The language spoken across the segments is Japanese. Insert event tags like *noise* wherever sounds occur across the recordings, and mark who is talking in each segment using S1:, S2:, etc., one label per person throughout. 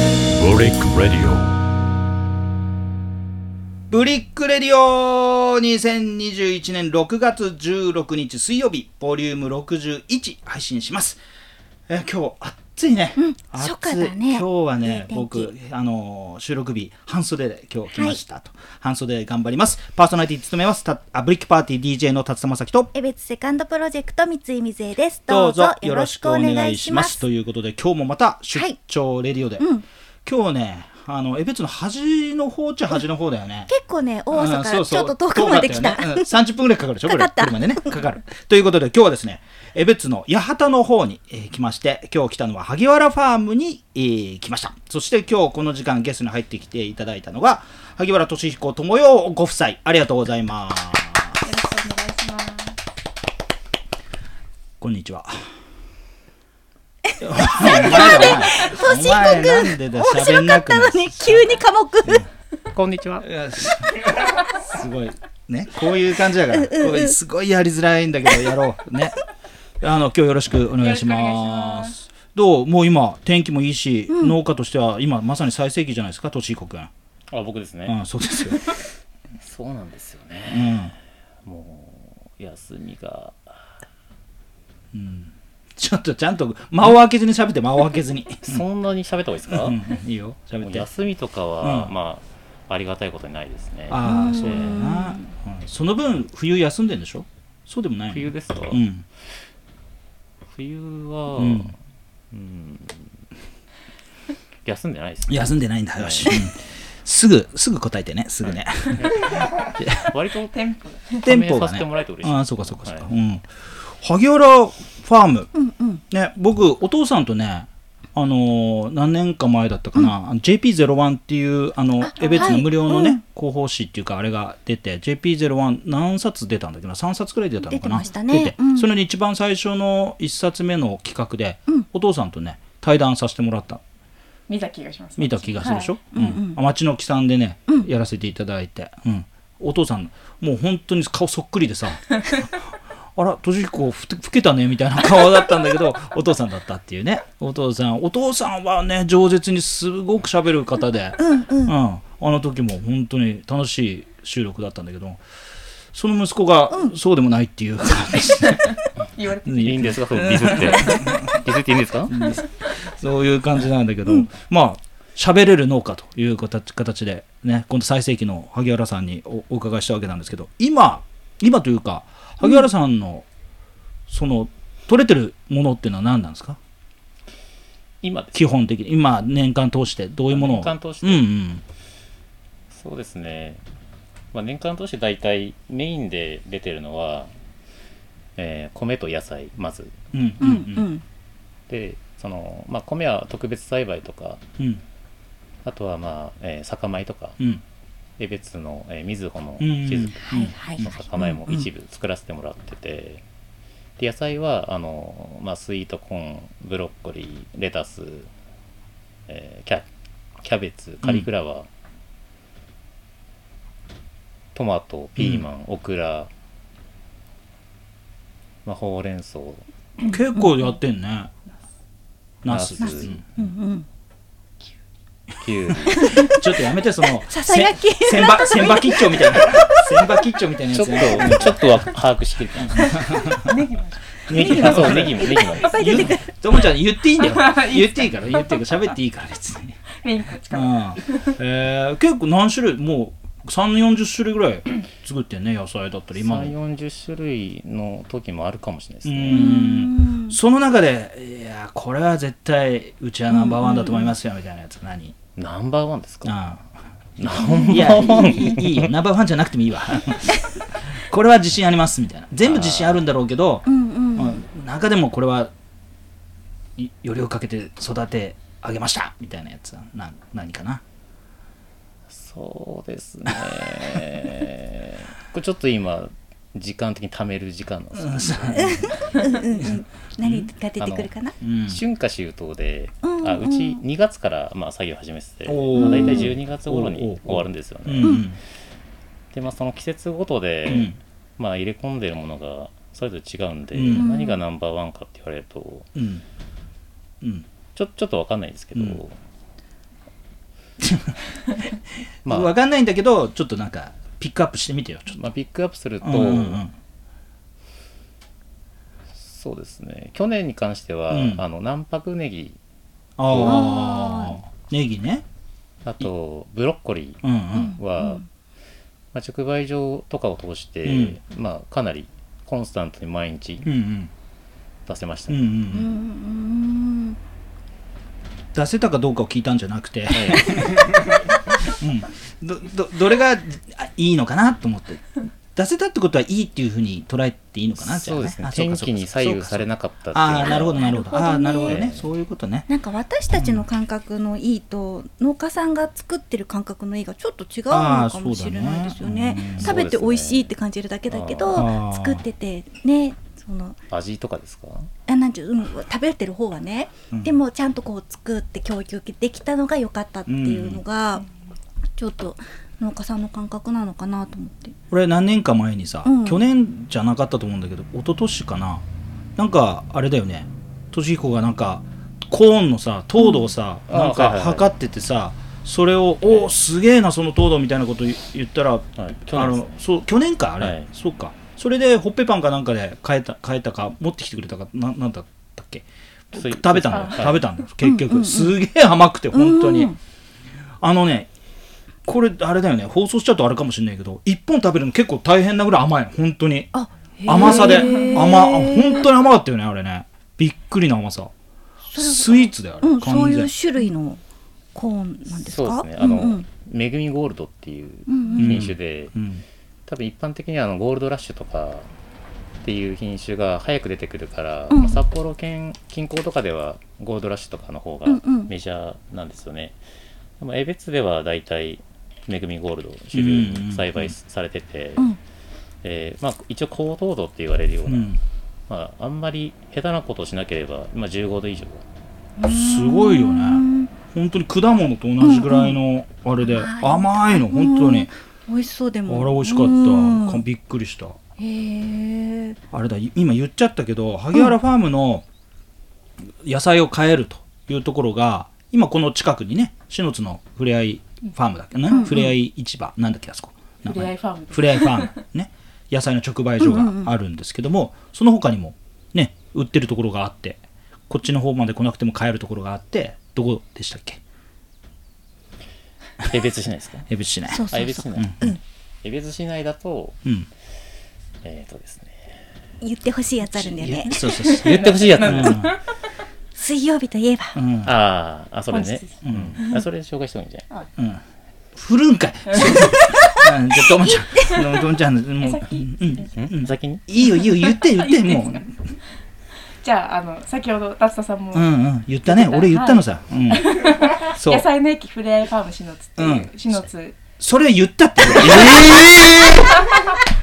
S1: リック・レディ
S2: ブリックレディオ2021年6月16日水曜日、ボリューム61配信します。えー今日暑いね。
S3: うん
S2: 暑い
S3: 初夏だ
S2: 今
S3: ね
S2: 日はい
S3: い
S2: ね、
S3: 天気
S2: 僕、あのー収録日、半袖で今日来ましたと。半袖で頑張ります。パーソナリティ務めます、たあブリックパーティー DJ の達田正樹と、
S3: エベツセカンドプロジェクト三井瑞恵です。
S2: ど
S3: ど
S2: う
S3: う
S2: ぞ
S3: ぞ
S2: よ
S3: よ
S2: ろ
S3: ろ
S2: し
S3: し
S2: く
S3: く
S2: お
S3: お
S2: 願
S3: 願
S2: い
S3: い
S2: し
S3: し
S2: ま。
S3: ますす。
S2: ということで、今日もまた出張レディオで。
S3: うん
S2: 今日ね、あの、エベツの端の方っちゃ端の方だよ
S3: *laughs*
S2: ね。
S3: 結構ね、大阪
S2: う
S3: か
S2: ん
S3: らちょっと遠くまで来
S2: そうそう遠
S3: た。
S2: かっよねうん30分ぐらいかかるでしょ
S3: *laughs* かかった
S2: これ車でねかかるということで今日はですね江別の八幡の方に、えー来まして今日来たのは萩原ファームに、えー来ましたそして今日この時間ゲストに入ってきていただいたのが萩原俊彦智代ご夫妻ありがとうございます
S3: よろしくお願いします。
S2: こんにちはお前だお前
S3: とし
S2: お
S3: こ
S2: 前なんでだ
S3: くん、
S2: 喋ん
S3: 面白か
S2: な
S3: っ
S2: くな
S3: た
S2: る
S3: のに急に科目。
S4: こんにちは。
S2: いやすすごいねこういう感じだから、これすごいやりづらいんだけどやろう *laughs* ねあの今日よろしくお願いしますどうもう今天気もいいし、農家としては今まさに最盛期じゃないですか俊彦君
S4: あ、僕です
S2: う
S4: ね。
S2: んそうです *laughs* よ、
S4: そうなんですよね。
S2: うん
S4: もう休みが。
S2: ちょっとちゃんと間を空けずに喋って間を空けずに、
S4: そんなに喋った方がいいですか。
S2: *laughs* う
S4: も
S2: ん、いいよ喋っ
S4: う
S2: てあ
S4: 休みとかは、
S2: うん
S4: まあ、ありがたいことにないですね。
S2: あーそうだよな、うんその分冬休んでんでしょそうでもないの
S4: 冬ですか。
S2: うん
S4: 冬は、
S2: う
S4: うんん。休んでないです、ね。
S2: 休んでないんだよし、うんすぐすぐ答えてねすぐね、
S4: 割とテンポ。
S2: テンポが
S4: さ
S2: ね
S4: せてもらえて嬉しい。
S2: ああそうかそうかそうか、
S4: はい
S2: うん萩原ファーム、
S3: うんうん。
S2: ね、僕お父さんとねあのー何年か前だったかな、あの JP01 っていうあの江別の無料のね、
S3: はいうん
S2: 広報誌っていうかあれが出て JP01 何冊出たんだっけど3冊くらい出たのかな
S3: 出てましたねうん
S2: それに一番最初の1冊目の企画で、
S3: うん
S2: お父さんとね対談させてもらった
S5: 見た気がします、
S2: 見た気がするでしょ、
S5: は
S2: うん
S3: うんうん
S2: あ町の木さんでね、
S3: うん
S2: やらせていただいて、うん、お父さんもう本当に顔そっくりで
S3: *laughs*
S2: さあら俊彦ふ老けたねみたいな顔だったんだけど *laughs* お父さんだったっていうねお父さんお父さんはね饒舌にすごく喋る方で、
S3: うんう
S2: うん
S3: ん。
S2: あの時も本当に楽しい収録だったんだけどその息子がそうでもないって
S3: *laughs*
S2: いう感じで、
S5: い言われて
S4: いいんですか、そのディ
S2: *laughs*
S4: スって。ディスっていいんですか。
S2: そういう感じなんだけど、まあ喋れる農家という形形でね今度最盛期の萩原さんにおお伺いしたわけなんですけど今今というか萩原さんの、その取れてるものっていうのは何なんですか
S4: 今です。
S2: 基本的に今年間通してどういうものを
S4: 年間通して
S2: うんうん
S4: そうですね、まあ、年間通して大体メインで出てるのは、えー米と野菜まず
S2: うんう
S3: うんん
S4: でその、まあ、米は特別栽培とか
S2: うん
S4: あとは、まあえー酒米とか
S2: うん
S4: 江別の、えー、瑞穂の
S2: うんうん
S4: 地図
S3: はいはい
S4: の
S3: はい。
S4: 酒米も一部作らせてもらっててで野菜はあの、まあ、スイートコーンブロッコリーレタス、えーキャキャベツカリフラワー、トマトピーマン、オクラ、まあ、ほうれん草
S2: 結構やってんねナス
S4: ナス
S2: うん
S3: うんうん。
S4: きゅうり
S2: ちょっとやめてそ *laughs* の
S3: ささやき
S2: せ千葉千葉吉兆みたいな *laughs* 千葉吉兆みたいな
S4: ち
S2: や
S4: ょっ
S2: つね
S4: とちょっとは把握しきれてない
S5: ネギも
S4: ネギもそうネギもネギも
S3: いっぱい出てくる。
S2: ともちゃん言ってい *laughs* いんだよ
S5: いい
S2: 言っていいから言っていいから喋っていいから別に、
S5: メインこっち
S2: う
S5: か
S2: ん
S5: ら
S2: *laughs* えー結構何種類もう3四4 0種類ぐらい作ってんね野菜だったら今
S4: 3
S2: の
S4: 四4 0種類の時もあるかもしれないです
S2: う
S4: ね、
S2: んその中でいやこれは絶対うちはナンバーワンだと思いますよみたいなやつ何
S4: ナンバーワンですか
S2: ああ
S4: ナンバ
S2: い *laughs* やい
S4: ーワン
S2: いいいいよナンバーワンじゃなくてもいいわ *laughs* これは自信ありますみたいな全部自信あるんだろうけど
S3: うんうん。
S2: うん中でもこれはいよりをかけて育て上げましたみたいなやつはな何かな
S4: そうですねこれちょっと今時間的に貯める時間なんですよ、
S3: 何が出てくるかな。
S2: うん
S4: 春夏秋冬で、
S3: うんうん
S4: あうち2月からまあ作業始めてて、
S2: おー
S4: まあ、大体12月
S2: おー
S4: 頃
S2: お
S4: に
S2: ー
S4: 終わるんですよ
S2: う
S4: ね、
S2: ん
S4: でまあその季節ごとで、
S2: うん
S4: まあ入れ込んでるものがそれぞれ違うんで、
S2: うん
S4: 何がナンバーワンかって言われると
S2: うんうん
S4: ちょちょっとわかんないんですけど、
S2: うん
S4: *laughs* ま
S2: わ
S4: あ、
S2: かんないんだけどちょっとなんかピックアップしてみてよちょっ
S4: まあ、ピックアップすると、
S2: と、うんうんうん
S4: そうですね去年に関しては、
S2: うん
S4: あの南白ネギ
S2: ああネギね
S4: あとブロッコリ
S2: うんうん
S4: ーは、
S5: うん
S4: まあ、直売所とかを通して、
S2: うん
S4: まあ、かなりコンスタントに毎日
S2: うんうん
S4: 出せました
S2: うんう
S3: う
S4: ね、
S3: んうんん
S2: 出せたかどうかを聞いたんじゃなくて、
S4: ええ
S2: うん、どどどれがあいいのかなと思って出せたってことはいいっていうふうに捉えていいのかなじゃあ
S4: そうですね
S2: あそう
S4: 天
S2: かそう
S4: 気
S2: か
S4: に左右されなかったっていう
S2: ああなるほどな
S4: る
S2: るほどああーな
S3: な
S2: る
S3: る
S2: ほ
S3: ほ
S2: ど
S4: どね
S2: ねそういうことね
S3: なんか私たちの感覚のいいと、農家さんが作ってる感覚のいいがちょっと違うの
S2: あー
S3: かもしれないですよ
S2: そうだ
S3: ね
S2: ねうん
S3: 食べて美味しいって感じるだけだけど、
S2: あー
S3: 作っててねその
S4: 味とかですか
S3: あなんていう、うん、食べてる方はね、
S2: うん
S3: でもちゃんとこう作って教育できたのが良かったっていうのが、ちょっと農家さんの感覚なのかなと思って
S2: 俺何年か前にさ、
S3: うん
S2: 去年じゃなかったと思うんだけど一昨年かななんかあれだよね俊彦がなんかコーンのさ糖度をさ、
S4: うん
S2: なん
S4: あ
S2: か
S4: はいはいはい
S2: 測っててさ、それを「おおすげえなその糖度」みたいなこと言言ったら、
S4: はい去
S2: あ
S4: 年で
S2: の
S4: すね
S2: そう去年かあれ、
S4: はい
S2: そうかそれでほっぺパンかなんかで変えた変えたか持ってきてくれたかななんだったっけ
S4: スイ
S2: 食べたんだよ、
S4: はい
S2: 食べたんだよ結局、
S3: うんうんうん
S2: すげえ甘くて本当に、
S3: うん
S2: あのねこれあれだよね放送しちゃうとあれかもしれないけど1本食べるの結構大変なぐらい甘いの本当に
S3: あ
S2: 甘さで
S3: へー
S2: 甘あ本当に甘かったよねあれねびっくりな甘さ
S3: それは
S2: スイーツだよあれ、
S3: うん、そう
S2: 完
S3: い
S2: 全
S3: う種類のコーンなんです
S4: そう
S3: か
S4: ですねあの、
S3: うんうん
S4: めぐみゴールドっていう
S3: うんうん
S4: 品種で、
S2: うん
S4: 多分一般的にはあのゴールドラッシュとかっていう品種が早く出てくるから、
S3: うん
S4: まあ札幌県近郊とかではゴールドラッシュとかの方が
S3: うんうん
S4: メジャーなんですよね、でも江別では大体めぐみゴールドを主流に栽培されてて、
S3: うん
S4: えーまあ、一応高糖度って言われるよう
S2: う
S4: な、
S2: ん
S4: まあ、あんまり下手なことをしなければ、まあ、15度以上
S2: すごいよね本当に果物と同じぐらいのあれで、
S3: 甘い
S2: 甘いの本当に、
S3: 美味しそうでも
S2: あれ美味しかった、
S3: うん
S2: かびっくりした
S3: へえ
S2: あれだい今言っちゃったけど萩原ファームの野菜を買えるというところが今この近くにね篠津のふれあいファームだっけな、
S3: うんうん
S2: ふれあい市場なんだっけあそこ名
S5: ふれあ
S2: 前
S5: いファームです
S2: ふれあいファ
S3: *laughs*
S2: ームね野菜の直売所
S3: うんうんうん
S2: があるんですけども、その他にもね売ってるところがあってこっちの方まで来なくても買えるところがあってどこでしたっけ
S3: *laughs*
S4: 江別市内ですか
S2: 江別市内
S3: そう
S4: あ
S3: そ
S4: 江
S3: う
S4: 別
S3: そう
S4: 市内、江別市内だと
S2: うん
S4: えっ、とですね
S3: 言ってほしいやつあるんだよね
S2: いやそうそうそう
S4: 言ってほしいやつ、
S2: うん
S3: 水曜日といえば
S2: うん
S4: あーあそれね
S2: う
S5: 本日
S2: ん
S4: あそれ紹介してもいいんじゃない
S2: うん振るん
S3: *laughs*
S2: かい。うんじゃあともちゃん、ともともちゃんの、もう、うん、
S4: ん先に
S2: いい *laughs* よ、いいよ、言って、言って、もう。
S5: じゃああの先ほど達田さんも、
S2: うん、うん、言ったね、俺言ったのさ。うん。そう *laughs*
S5: 野、菜の駅ふれあいファームしのつっていう、
S2: うん
S5: しのつ
S2: それ言 *laughs* ったって。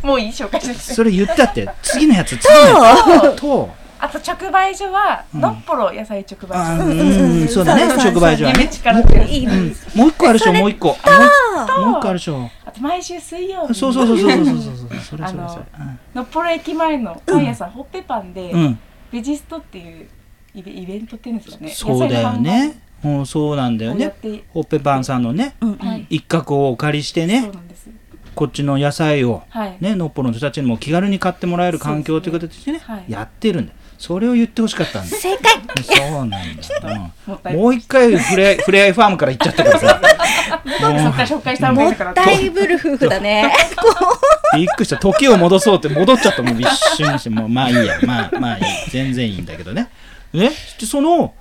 S5: もういい紹介してます
S2: それ言ったって、次のやつ、次のやつ。と、
S5: あと直売所はのっぽろ野菜直
S2: あ
S5: 売
S2: ー
S5: 所、
S2: うん、うん、そうだね、直売所は
S5: 夢
S2: ね。
S5: 力ってやつ
S3: いい
S2: うん、もう一個あるでしょ、もう一個。あもうもう一個あるでしょ。
S5: あと毎週水曜日
S2: そうそうそうそうそうそうそう。それ
S5: あ
S2: それそ
S5: の
S2: れ。
S5: *laughs* のっぽろ駅前のパン屋さん、ほっぺパンで、
S2: うん、
S5: ベジストっていうイベイベントっていうんですよね
S2: そうだよね。うん、そうなんだよ
S5: 野菜
S2: ね
S5: の販売をやっ。て
S2: ほっぺパンさんのね、
S3: うんうん
S5: はい
S2: 一角をお借りして
S5: そ
S2: ね
S5: う、なんです
S2: こっちの野菜を。
S5: はい、
S2: ね、ノッポの人たちにも気軽に買ってもらえる環境という
S5: そう
S2: 形でね、
S5: はい
S2: やってるんだよそれを言ってほしかったんだよ
S5: *laughs*
S3: 正解
S2: そうなんだよ、
S5: もった
S2: う
S5: い
S2: ん、
S5: ない
S2: もう一回フレフレアイファームから行っちゃったからさ
S5: そっから紹介した方がい
S3: もっ
S5: いのかな
S3: たいぶる夫婦だね
S2: びっくりした時を戻そうって戻っちゃったもう一瞬にしてもうまあいいやまあまあいい全然いいんだけどねねでその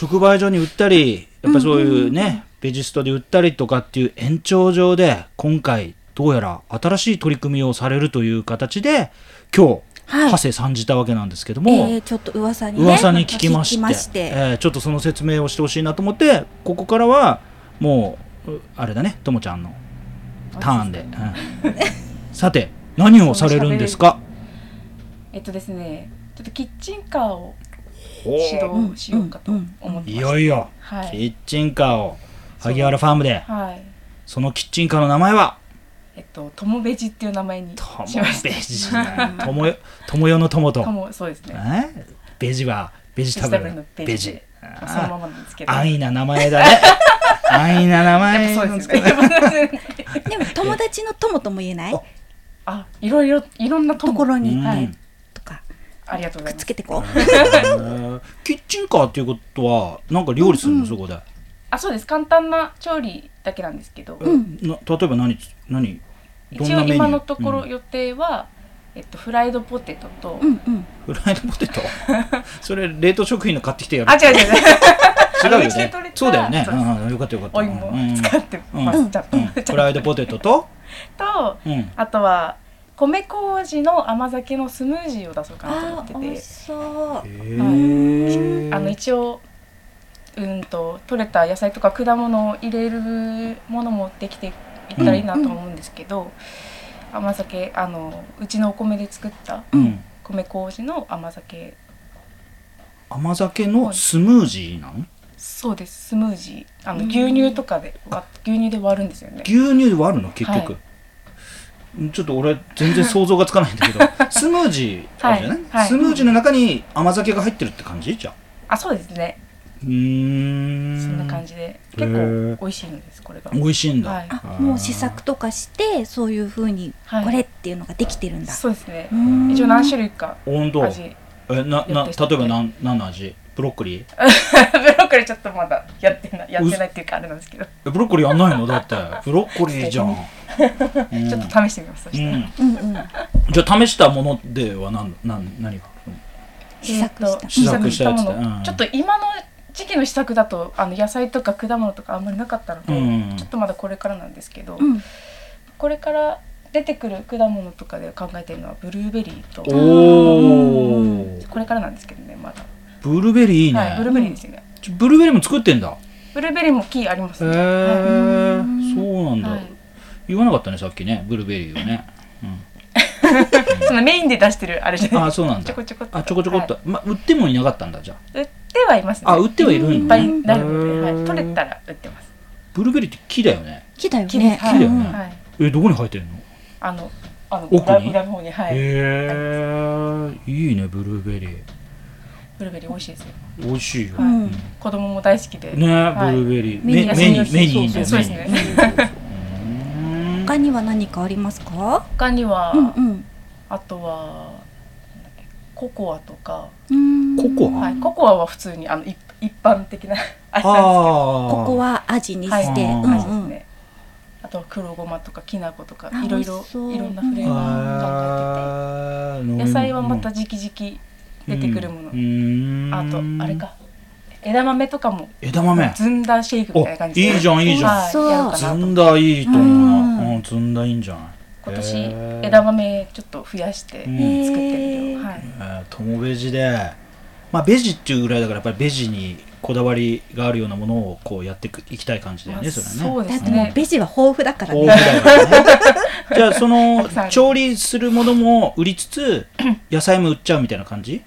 S2: 直売所に売ったりやっぱそういうね、ベジストで売ったりとかっていう延長上で今回どうやら新しい取り組みをされるという形で今日、
S3: はい
S2: ハセ参じたわけなんですけ *laughs* ども、
S3: *laughs* えー、ちょっと噂にね
S2: 噂に聞きまして
S3: 聞
S2: えーちょっとその説明をしてほしいなと思ってここからはもううあれだねともちゃんのターンで、うんさて何をされるんですか
S5: えっとですねちょっとキッチンカーを
S2: お
S5: 指
S2: ー
S5: 導しようかと思ってます、
S2: いよいよ、
S5: は
S2: キ
S5: い、
S2: ッチンカーを萩原ファームで
S5: はい、
S2: そのキッチンカーの名前は
S5: えっとトモベジっていう名前に
S2: とも
S5: しまし
S2: ベジだともよともよのとも
S5: た
S2: と
S5: トモそうですね
S2: えベジはベジタブルの
S5: ベ
S2: ベ
S5: ジ
S2: ジ
S5: タブルのベジそのままなんですけど *laughs*
S2: 安易な名前だね安易な名前
S5: そう
S2: の
S5: です
S2: 使い
S5: よね。
S3: でも友達の友とも言えない
S2: あ
S5: あ、いろいろ、いろんな
S3: ところに、
S2: うん
S3: はいとか
S5: ありがとうご
S3: くっ
S5: ざいま
S3: つ
S5: す。
S3: けてこ
S2: 方 *laughs* キッチンカーっていうことはなんか料理するの、そこで、
S5: あ、そうです。簡単な調理だけなんですけど、
S3: ん
S2: な例えば何何どん
S5: 一
S2: なメ
S5: 応
S2: ニュー
S5: 今のところ
S2: うん
S5: 予定は、えっとフライドポテトと、
S3: う。うんうん。
S2: フライドポテ
S5: *laughs*
S2: トそれ冷凍食品の買ってきてやる
S5: あ、違う違う違う。
S2: 違うよ
S5: あのうちで取れ
S2: ね
S5: た
S2: そうだよね
S5: そううです
S2: んうんよかったよかった
S5: お
S2: う
S5: 芋
S2: んうんうん
S5: *laughs* 使ってま
S2: う
S5: す。
S2: ん
S5: ちゃん
S2: うん
S5: と。ち
S2: フ
S5: ゃ
S2: ラ
S5: ん
S2: イドポテトと、
S5: と、
S2: うん、
S5: あとは米麹の甘酒のスムージーを出そうかなと思
S3: あ
S5: って
S3: ー、美味
S5: て
S3: し、そう。
S2: へー
S5: あの一応うんと取れた野菜とか果物を入れるものもできていったらいいなと思うんですけど、甘酒あのうちのお米で作った
S2: うん、
S5: 米麹の甘酒
S2: 甘酒のスムージーなの
S5: そうですスムージーあの牛乳とかで割牛乳で割るんですよね
S2: 牛乳はあるの結局、
S5: は
S2: ちょっと俺全然想像がつかないんだけ
S5: *laughs*
S2: どスムージーあるじゃない、
S5: はいはい
S2: スムージーの中に甘酒が入ってるって感じじゃあ
S5: あそうですね
S2: うーん
S5: そんな感じで
S2: へ
S5: 結
S2: ー
S5: 構美味しいんですこれが
S2: 美味しいんだ、
S5: はい
S3: あ、もう試作とかしてそういう風に
S5: はい
S3: これっていうのができてるんだ。
S5: そうですね
S3: うん
S5: 一応何種類か
S2: 温度
S5: 味 *laughs*
S2: えな
S5: や
S2: な
S5: っ
S2: 例
S5: てきて
S2: えば何何の味ブロッコリー
S5: ブロッコリーちょっとまだやってないやってないっていうかあれなんですけど
S2: えブロッコリーやんないのだってブロッコリーじゃん、うん
S5: ちょっと試してみますそし
S2: う
S5: *laughs* たら
S2: ん、
S3: うんうん。
S2: じゃあ試したものでは何何何が
S3: 試作
S5: えー
S3: し
S5: と
S3: た。
S2: 試作したやつだ
S5: 試作もの
S2: うん
S5: ちょっと今の時期の試作だとあの野菜とか果物とかあんまりなかったので、
S2: うん
S5: ちょっとまだこれからなんですけど、
S3: うん。
S5: これから出てくる果物とかで考えてるのはブルーベリーと
S2: お
S3: う
S2: お
S5: これからなんですけどねまだ、
S2: ブルーベリーいいね、
S5: はい、ブルーベリーですよね、
S2: ちょブルーベリーも作ってんだ
S5: ブルーベリーも木あります
S2: へえ
S5: ね、
S3: ん
S2: そうなんだ、
S5: はい
S2: 言わなかったねさっきねブルーベリーをね、う
S5: はいそのメインで出してるあれじゃ
S2: ん、あ
S5: ない
S2: あそうなん
S5: ちょ
S2: だ
S5: こちょこっと
S2: あちょこちょこっと、
S5: は
S2: ま売ってもいなかったんだじゃ
S5: い売ってはいますね
S2: ああ売ってはいるん
S5: いっ
S2: だ
S5: ぱ
S2: ね
S5: いになるので、は
S2: へー
S5: い、取れたら売ってます
S2: ブルーベリーって木だよね
S3: 木だよ
S5: 木です
S3: ね。
S5: はい
S2: 木だよね
S3: うん
S5: はい、
S2: えどこに生えてるの、
S5: あのあの
S2: 奥に
S5: 裏の方にはい、
S2: へえいいねブルーベリー
S5: ブルーベリー美味しいですよ
S2: 美味しいよ、
S5: はい
S2: うん
S5: 子供も大好きで、
S2: ね、
S5: はい
S2: ブルーベリー
S3: 目に
S2: 目目に
S3: 優しい
S2: 目にいいんだよ
S5: そう
S2: 目
S5: です
S2: に
S5: ね
S2: うん
S5: *laughs*
S3: 他には何かありますか？
S5: 他には、
S3: うんうん
S5: あとはなんだっけココアとか、
S3: うーん。
S2: ココア
S5: はい、ココアは普通にあのい一般的なあれなん
S2: ああ
S3: ここは味に
S5: は
S3: し
S5: い
S3: て、
S2: あー
S3: う
S5: ですけど味
S3: ん
S5: です
S3: うん。
S5: ねあとは黒ごまとかきな粉とか
S3: あ
S5: いろい
S3: 美
S5: ろ
S3: 味しそう
S5: いろんなフレーバーを考
S2: あ
S5: え
S2: ー
S5: てて野菜はまたじきじき出てくるもの、あとあれか枝豆とかも
S2: 枝豆
S5: ずんだシェイクみたいな感じで
S2: おいいじゃんいいじゃん
S5: はい
S3: そう
S5: やろうか
S2: ず
S5: なと
S2: んだいいと思うな
S3: うん
S2: うんずんだいいんじゃない
S5: 今
S2: へ
S5: 年
S2: ー
S5: 枝豆ちょっと増やして
S2: う
S5: 作
S2: ん
S5: って
S3: へ
S5: る
S3: ー
S5: のはい
S2: えーともベジでまあベジっていうぐらいだからやっぱりベジにこだわりがあるようなものをこうやってくいきたい感じだよ
S5: ま
S2: ね
S5: あ
S2: それはね
S5: そう
S3: だ
S5: で
S3: っ
S5: す
S3: てもう
S5: ね
S3: ベジは豊富だから
S2: 大
S3: ね。
S2: 札だからねじゃあそ
S5: た *laughs*
S2: の
S5: くさんある
S2: 調理するものも売りつつ
S5: *laughs*
S2: 野菜も売っちゃうみたいな感じ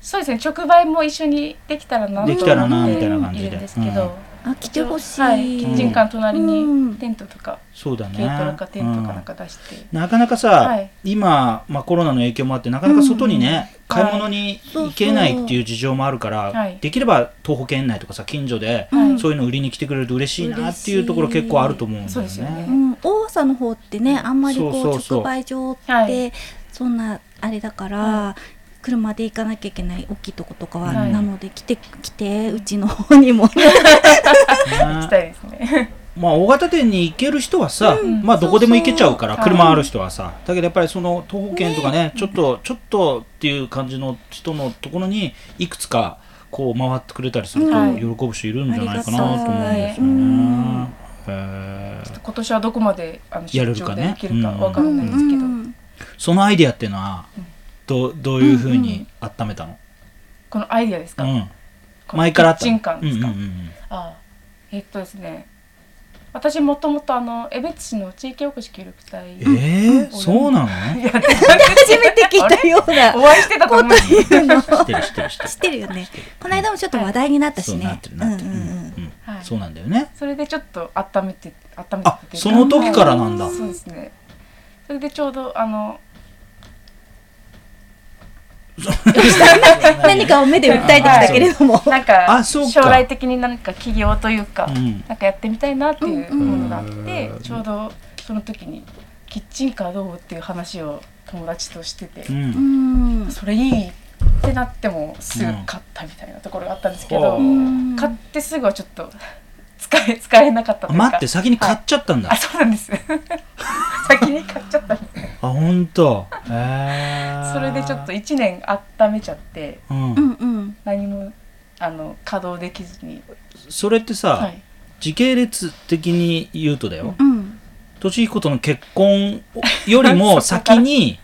S5: そうですね直売も一緒にできたらな
S2: できたらなみたいな感じで
S5: いるんですけど、
S2: うん
S3: あ、来てほしい。
S5: はい、キッチンカーの隣
S3: うん
S5: にテントとか、
S2: そうだね
S5: 軽トラかテントかなん
S2: うん
S5: か出して、
S2: なかなかさ、
S5: はい
S2: 今、まあ、コロナの影響もあってなかなか外にね、
S5: うんうん
S2: 買い物に行けないっていう事情もあるから、
S5: はい
S2: できれば東北県内とかさ近所で、
S3: うん
S2: そういうの売りに来てくれると嬉しいなっていうところ結構あると思うんだよ
S5: そう
S2: ね。
S5: ですよ
S3: う
S5: ね
S3: ん、大麻の方ってねあんまりこう
S2: そうそうそう
S3: 直売所って、
S5: はい
S3: そんなあれだから、車で行かなきゃいけない大きいとことかは、
S5: はい
S3: なので来て来てうちの方にも
S5: 行きたいですね。
S2: まあ大型店に行ける人はさ、
S5: ん
S2: まあどこでも行けちゃうから
S5: そうそう
S2: 車ある人はさだけどやっぱりその東北圏とかねちょっとちょっとっていう感じの人のところにいくつかこう回ってくれたりすると
S5: はい
S2: 喜ぶ人いるんじゃないかなと思うんですよ
S3: うん
S2: ね。へー
S5: 今年はどこまであの
S2: や
S5: 出
S2: れるか
S5: 張
S2: ね
S5: でできるかわからないですけど、
S3: うん
S2: そのアイディアっていうのはどどういうふうに温めたの、
S5: このアイディアです
S2: う
S5: か。
S2: ん
S5: この
S2: 前からあった
S5: キッチ
S2: の
S5: ンカーですか。
S2: うんうんうん
S5: ああ、えっとですね。私もともとあの江別市の地域おこし協力隊
S2: うん、えーそうなの
S5: やって
S3: 初めて聞いたような
S5: お会いしてたと思うんです
S3: こと言うの知
S2: 知ってる知ってる知ってる
S3: ってるよねこの間もちょっと話題になった
S2: そ
S3: し
S2: うな
S3: ね
S2: ってるなってる、
S3: う
S2: うんん
S3: う
S2: うん
S3: うん
S2: ん
S5: はい
S2: そうなんだよね
S5: *laughs* それでちょっと温めて
S2: あ
S5: 温めてっていうか
S2: その時からなんだ
S5: そうですね。それでちょうどあの
S3: 何かを目で訴えてきたけれども、
S5: なんか
S2: あそうか
S5: 将来的に何か起業というか、
S2: うん
S5: なんかやってみたいなっていうものがあって、
S2: うん
S5: ちょうどその時にキッチンカーどうっていう話を友達としてて、
S2: うん
S3: うん
S5: それいいってなってもすぐ買ったみたいなところがあったんですけど、
S2: う
S3: うん
S5: 買ってすぐはちょっと使え使えなかったというか
S2: 待って先に買っちゃったんだ、
S5: あそうなんです *laughs* 先に買っちゃったんです
S2: あ本当。へえ
S5: *laughs* それでちょっと1年温めちゃって
S2: うん
S3: うんうん
S5: 何もあの稼働できずに、
S2: それってさ、
S5: はい、
S2: 時系列的に言うとだよ、
S3: うん
S2: 俊彦との結婚より
S5: *laughs*
S2: も先に
S5: い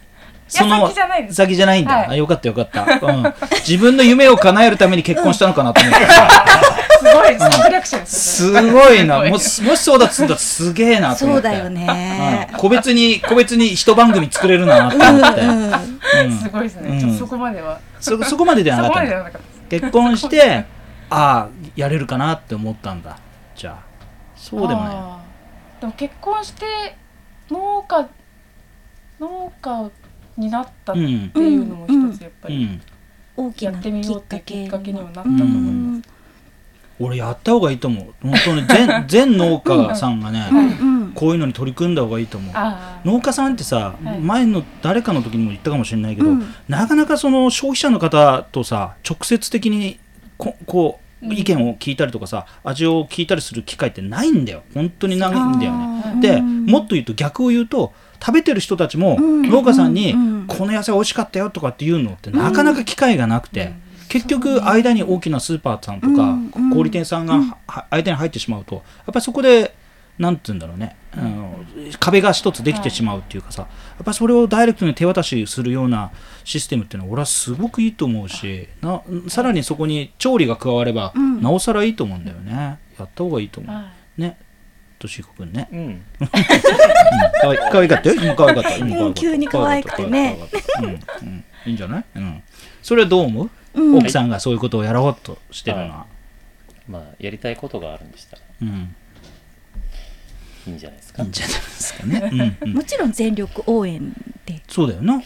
S5: や
S2: の
S5: 先じゃないで
S2: *laughs*
S5: す
S2: 先じゃないんだ、
S5: はい
S2: あよかったよか
S5: *laughs*
S2: った、うん、自分の夢を叶えるために結婚したのかなと思って、
S5: すごい策略者ですよ
S2: す
S5: ね
S2: ごいな
S5: す
S2: もしもしそうだっつうんだらすげえなと
S3: そ
S2: 思っ
S3: う
S2: て
S3: だよね
S2: うん個別に個別に一番組作れるなと
S3: うん
S2: 思って、
S3: うん
S2: うん
S5: *laughs* すごいですね、
S2: うん
S5: ちょっとそこまでは
S2: そ *laughs* そこまでで
S5: そ
S2: はなか
S5: こま
S2: っ
S5: でで
S2: た
S5: はなかったです
S2: 結婚してああやれるかなって思ったんだじゃあそうでもない
S5: あーでも結婚して農家農家になったっ
S2: う
S5: て
S2: ん
S5: いうのも一つやっぱ
S2: う
S5: り、
S2: ん
S3: 大き
S5: や
S3: な
S5: ってみ
S3: き
S5: ようっ
S3: って
S5: い
S3: か
S5: うき
S3: け
S5: っかけにもなった
S3: う
S5: と思います、
S3: ん
S2: 俺やった方がいいと思う本当に全全農家さんがね、
S3: うん
S2: こういうのに取り組んだ方がいいと思う
S5: あー
S2: 農家さんってさ、
S5: はい
S2: 前の誰かの時にも言ったかもしれないけど、
S3: うん
S2: なかなかその消費者の方とさ直接的にここう意見を聞いたりとかさ、味を聞いたりする機会ってないんだよ本当にないんだよね。
S3: あー
S2: で
S3: うん
S2: もっと言うと逆を言うと食べてる人たちも
S3: うん
S2: 農家さんに
S3: うんう
S2: 「
S3: ん
S2: この野菜美味しかったよ」とかっていうのってなかなか機会がなくて結局間に大きなスーパーさんと
S3: うんうん
S2: か小売店さんがは間に入ってしまうとやっぱりそこで何て言うんだろうねあの壁が一つできてしまうっていうかさやっぱりそれをダイレクトに手渡しするようなシステムっていうのは俺はすごくいいと思うしなさらにそこに調理が加われば
S3: うん
S2: なおさらいいと思うんだよねやった方がいいと思う
S5: あ
S2: ねとしこくんね
S4: うん
S2: かわい可愛かったよ。今可愛かった。今可愛か
S3: う
S2: っ
S3: ん
S2: た
S3: 急に可愛くてね。
S2: うん、うん、いいんじゃない。うん。それはどう思う。
S3: うん
S2: 奥さんがそういうことをやろうとしてるのは。
S4: まあやりたいことがあるんでしたら
S2: うん。
S4: いいんじゃないです
S2: い
S4: か
S2: いんじゃないですかね。うん、う
S3: も
S2: ん。
S3: ちろん全力応援で
S2: そうだよな。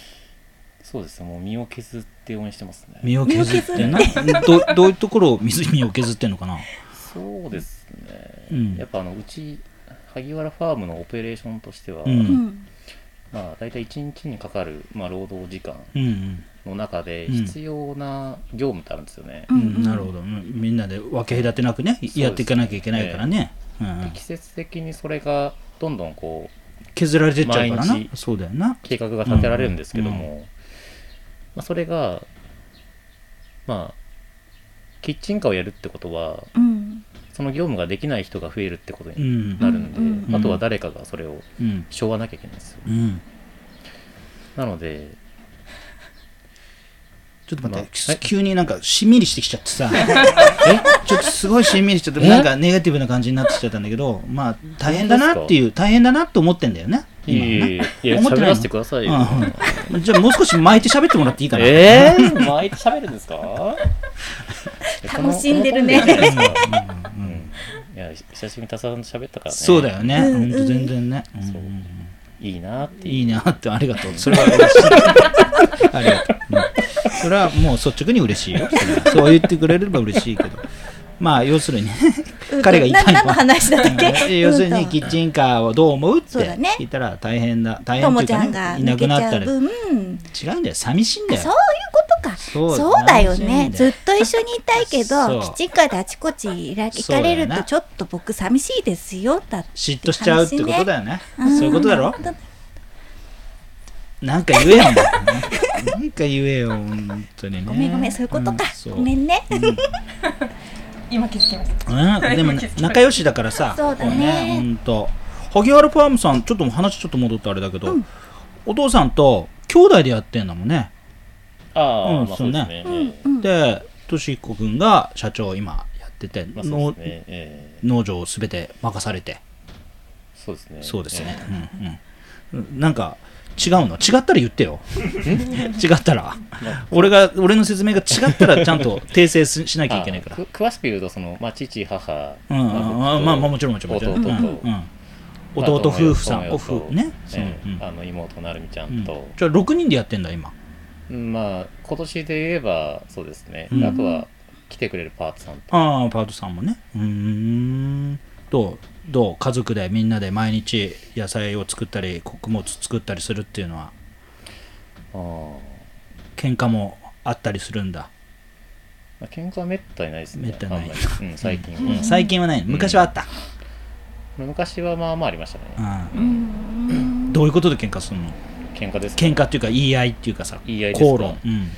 S4: そうですねもう身を削って応援してますね
S2: 身を削ってな。ど、どういうところを水身を削ってんのかな。
S4: そうですね、
S2: うん
S4: やっぱあのうち萩原ファームのオペレーションとしては、
S2: うん
S3: うん
S4: まあ、大体1日にかかる、まあ、労働時間
S2: うん、うん。
S4: の中で
S2: うん
S4: 必要な業務ってあるんですよね、
S3: う
S2: うんん、なるほど。うんみんなで分け隔てなくね、やっていかなきゃいけないからね。うんう
S4: で
S2: ん
S4: 季、節的にそれがどんどんこう
S2: 削られてっちゃうからな
S4: 毎日
S2: そうだよな
S4: 計画が立てられるんですけど
S2: う
S4: も、まあ、それがまあキッチンカーをやるってことは
S3: うん
S4: その業務ができない人が増えるってこと
S2: う
S4: に
S2: ん
S4: なるんで、
S3: うん
S2: うん
S4: あとは誰かがそれを
S2: うん
S4: 背負わなきゃいけないんですよ
S2: うん
S4: なので
S2: ちょっと待っ
S4: ま
S2: て
S4: あ、
S2: 急になんかしんみりしてきちゃって
S4: *laughs*
S2: さ
S4: え
S2: ちょっとすごいしんみりしちゃって
S4: え
S2: なんかネガティブな感じになってきちゃったんだけどまあ大変だなっていう大変だなと思ってんだよね
S4: い
S2: 今は
S4: やいやい
S2: *laughs* ね
S4: やいや
S2: 思ってな
S4: 喋
S2: いの
S4: らせてくださいよ、
S2: うんうんじゃあもう少し巻いて喋ってもらっていいかな、
S4: ええー、毎日喋るんですか
S3: *laughs* 楽しんでるね
S4: このこの本でいいんじ
S2: *laughs*
S4: ゃ
S2: う
S4: ないですか
S2: んうん
S4: うんいや久しぶりに田沢さんと喋ったからね
S2: そうだよね、ほ
S3: うん
S2: んと全然ね、うんうん
S4: そういいなって
S2: い
S4: い
S2: いうなってありがとうそれは嬉しい *laughs* ありがとう、うんそれはもう率直に嬉しいよそれはそう言ってくれれば嬉しいけどまあ要するにね
S3: うん
S2: 彼が言いたい
S3: な
S2: の
S3: 何の
S2: は
S3: 話 *laughs* だったっけ
S2: *laughs* 要する
S3: う
S2: に
S3: んと
S2: キッチンカーをどう思うって
S3: そうだね
S2: 聞いたら大変だ大
S3: と
S2: 変っ
S3: も
S2: て
S3: ち
S2: い
S3: ゃ
S2: うんか
S3: が
S2: ねいな
S3: 抜
S2: く
S3: けち
S2: なっ
S3: ゃ
S2: た
S3: う
S2: ら違
S3: 分うん
S2: うんだよ寂しいんだよ
S3: そういうことか
S2: そう
S3: そうだよ
S2: 楽しい
S3: ね
S2: んだ
S3: ず
S2: よ
S3: っと一緒にいたいけ
S2: そう
S3: どキッチンカーであちこちいら行かれ
S2: そう
S3: る
S2: だよ
S3: と
S2: な
S3: ちょっと僕寂しいですよだって
S2: 嫉妬しちゃうってことだよね
S3: ん
S2: そういうことだろ
S3: 本
S2: なんか言えよなんか言えよ本当にね
S3: ごめんごめんそういうことか
S2: んそう
S3: ごめんね
S5: 今気づきました
S2: うんでも
S3: *laughs*
S2: ね仲良しだからさ
S3: そうだね
S2: ここ本当萩原ファームさんちょっともう話ちょっと戻ってあれだけど、
S3: うん
S2: お父さんと兄弟でやってんだもんね、
S4: ああ、
S2: うん
S4: まあ
S2: そ
S4: そうう
S2: ね
S4: ですね、え
S3: うん
S2: で俊彦君が社長を今やってて、
S4: えまあそうですね、ええ
S2: 農場を全て任されて
S4: そうですね
S2: そうですね、うんうんうんなんか違うの違ったら言ってよ *laughs* 違ったら俺が俺の説明が違ったらちゃんと訂正すしな
S4: ええ
S2: きゃいけないから
S4: あく詳しく言うとその、まあ、父母、
S2: うんうん
S4: まあ
S2: うんまあまあもちろんもちろんもちろん
S4: 弟と、
S2: うんうん弟夫婦さん
S4: まあ
S2: 夫婦ね
S4: ええ
S2: そううん
S4: あの妹なるみちゃ
S2: うんん
S4: と、
S2: じゃあ6人でやってんだ今
S4: えうんまあ今年で言えばそうですね、
S2: うん
S4: あとは来てくれるパートさんと
S2: ああパートさんもねうーんどうどう家族でみんなで毎日野菜を作ったり穀物作ったりするっていうのは
S4: あー、
S2: 喧嘩もあったりするんだ、
S4: まあ、喧嘩はめったにないですね
S2: めったにない
S4: あんまり、うん、最近は、
S5: うん
S2: 最近はない昔はあった、
S4: 昔はまあまあありましたね、
S2: うん
S3: うん
S2: どういうことで喧嘩するの
S4: 喧嘩ですか
S2: 喧嘩っていうか言い合いっていうかさ
S4: 言い合いですか
S2: 口論うん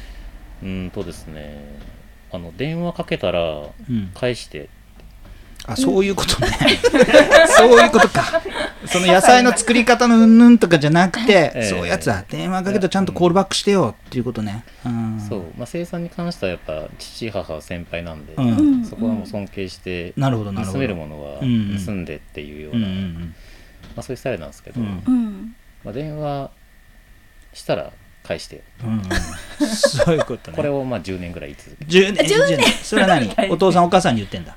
S4: うんとですねあの電話かけたら
S2: うん、
S4: 返して
S2: あそういうことね *laughs* そういうことかその野菜の作り方のうんぬんとかじゃなくて、 *laughs*
S4: ええ
S2: そういうやつだ電話かけたらちゃんとコールバックしてよっていうことね、うん、
S4: そう、まあ、生産に関してはやっぱ父母先輩なんで、
S2: うん
S3: うん
S4: そこはもう尊敬して、
S2: なるほどなるほ
S4: 盗
S2: ど
S4: めるものは
S2: うんうん
S4: 盗んでっていうよう
S2: うん
S4: な、
S2: うんうん
S4: まあ、そういうスタイルなんですけど、
S2: うん
S3: うん
S4: まあ、電話したら返して
S2: うんうん、そういう *laughs* ことね。
S4: これをまあ10年ぐらい言い続ける
S2: 10年、10年。それは
S3: *laughs*
S2: 何お父さん、お母さんに言ってんだ。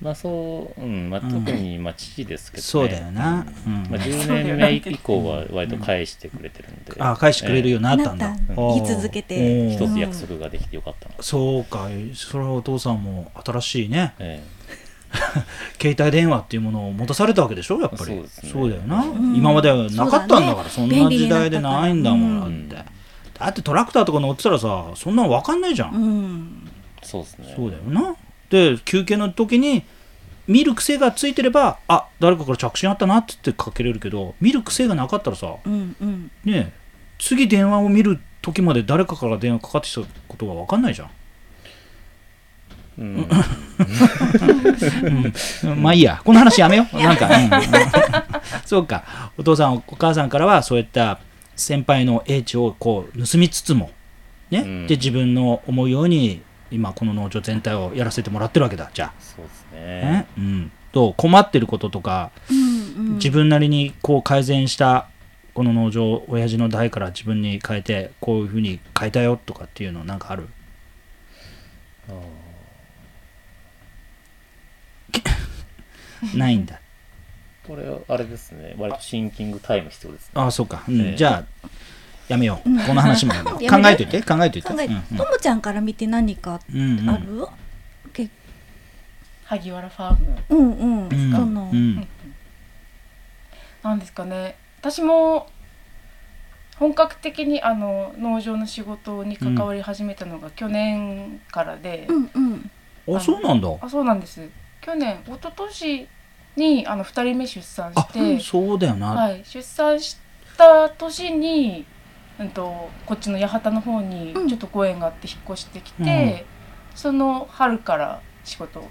S4: まあそう、うんまあ、
S2: うん
S4: 特にまあ父ですけどね、
S2: そうだよな。うん
S4: まあ、10年目以降は割と返してくれてるんで、
S2: あ、返してくれるようになったんだ。
S3: なっ
S4: うん
S2: あー
S3: 言い続けて
S2: お
S4: ええ
S2: ー
S4: 一つ約束ができてよかったな、
S2: そうか、それはお父さんも新しいね、
S4: え
S2: 携帯電話っていうものを持たされたわけでしょ、やっぱり。
S4: そうですね
S2: そうだよな。
S3: ん
S2: 今まではなかったんだから、そ
S3: そ
S2: ん
S3: うだね
S2: な時代でないんだもん、だっ
S4: 便利になかった
S2: て。だってトラクターとか乗ってたらさ、そんなの分かんないじゃん
S3: う。ん
S4: えそうですね
S2: そうだよな。で、休憩の時に、見る癖がついてれば、あ誰かから着信あったなって言ってかけれるけど、見る癖がなかったらさ、
S3: うんうん
S2: ねえ次電話を見る時まで誰かから電話かかってきたことが分かんないじゃん。
S4: うん
S2: うんまあいいや、この話やめよう。なんか、 *laughs* うんそうか、お父さん、お母さんからは、そういった先輩の英知をこう盗みつつも、ね、
S4: うん
S2: で、自分の思うように、今、この農場全体をやらせてもらってるわけだ、じゃ
S4: そうです
S2: あ。
S4: ね
S2: ねうん、どう困ってることとか、
S3: うんうん
S2: 自分なりにこう改善した、この農場、親父の代から自分に変えて、こういうふうに変えたよとかっていうの、なん
S3: *laughs*
S2: かある
S4: あー
S2: ないんだ。
S4: これはあれですね割とシンキングタイム必要ですね
S2: ああそうか、うん
S4: ええ
S2: じゃあやめよう、この話もやめ
S5: *laughs*
S2: よう
S3: やめ
S2: 考
S3: る
S2: えといて考えといて
S3: 考え
S2: うん
S3: ともちゃんから見て何か
S2: うんうん
S3: あるけ
S5: 萩原ファーム
S3: うんうん
S2: うん
S3: その
S2: うん
S5: なんですかね私も本格的にあの農場の仕事に関わり始めたのが去年からで、
S3: うんうん
S2: あそうなんだ
S5: あそうなんです去年一昨年にあの2人目出産
S2: あ
S5: して
S2: そうだよな、
S5: はい、出産した年に、うん、とこっちの八幡の方に
S3: うん
S5: ちょっとご縁があって引っ越してきて、
S2: うん
S5: その春から仕事を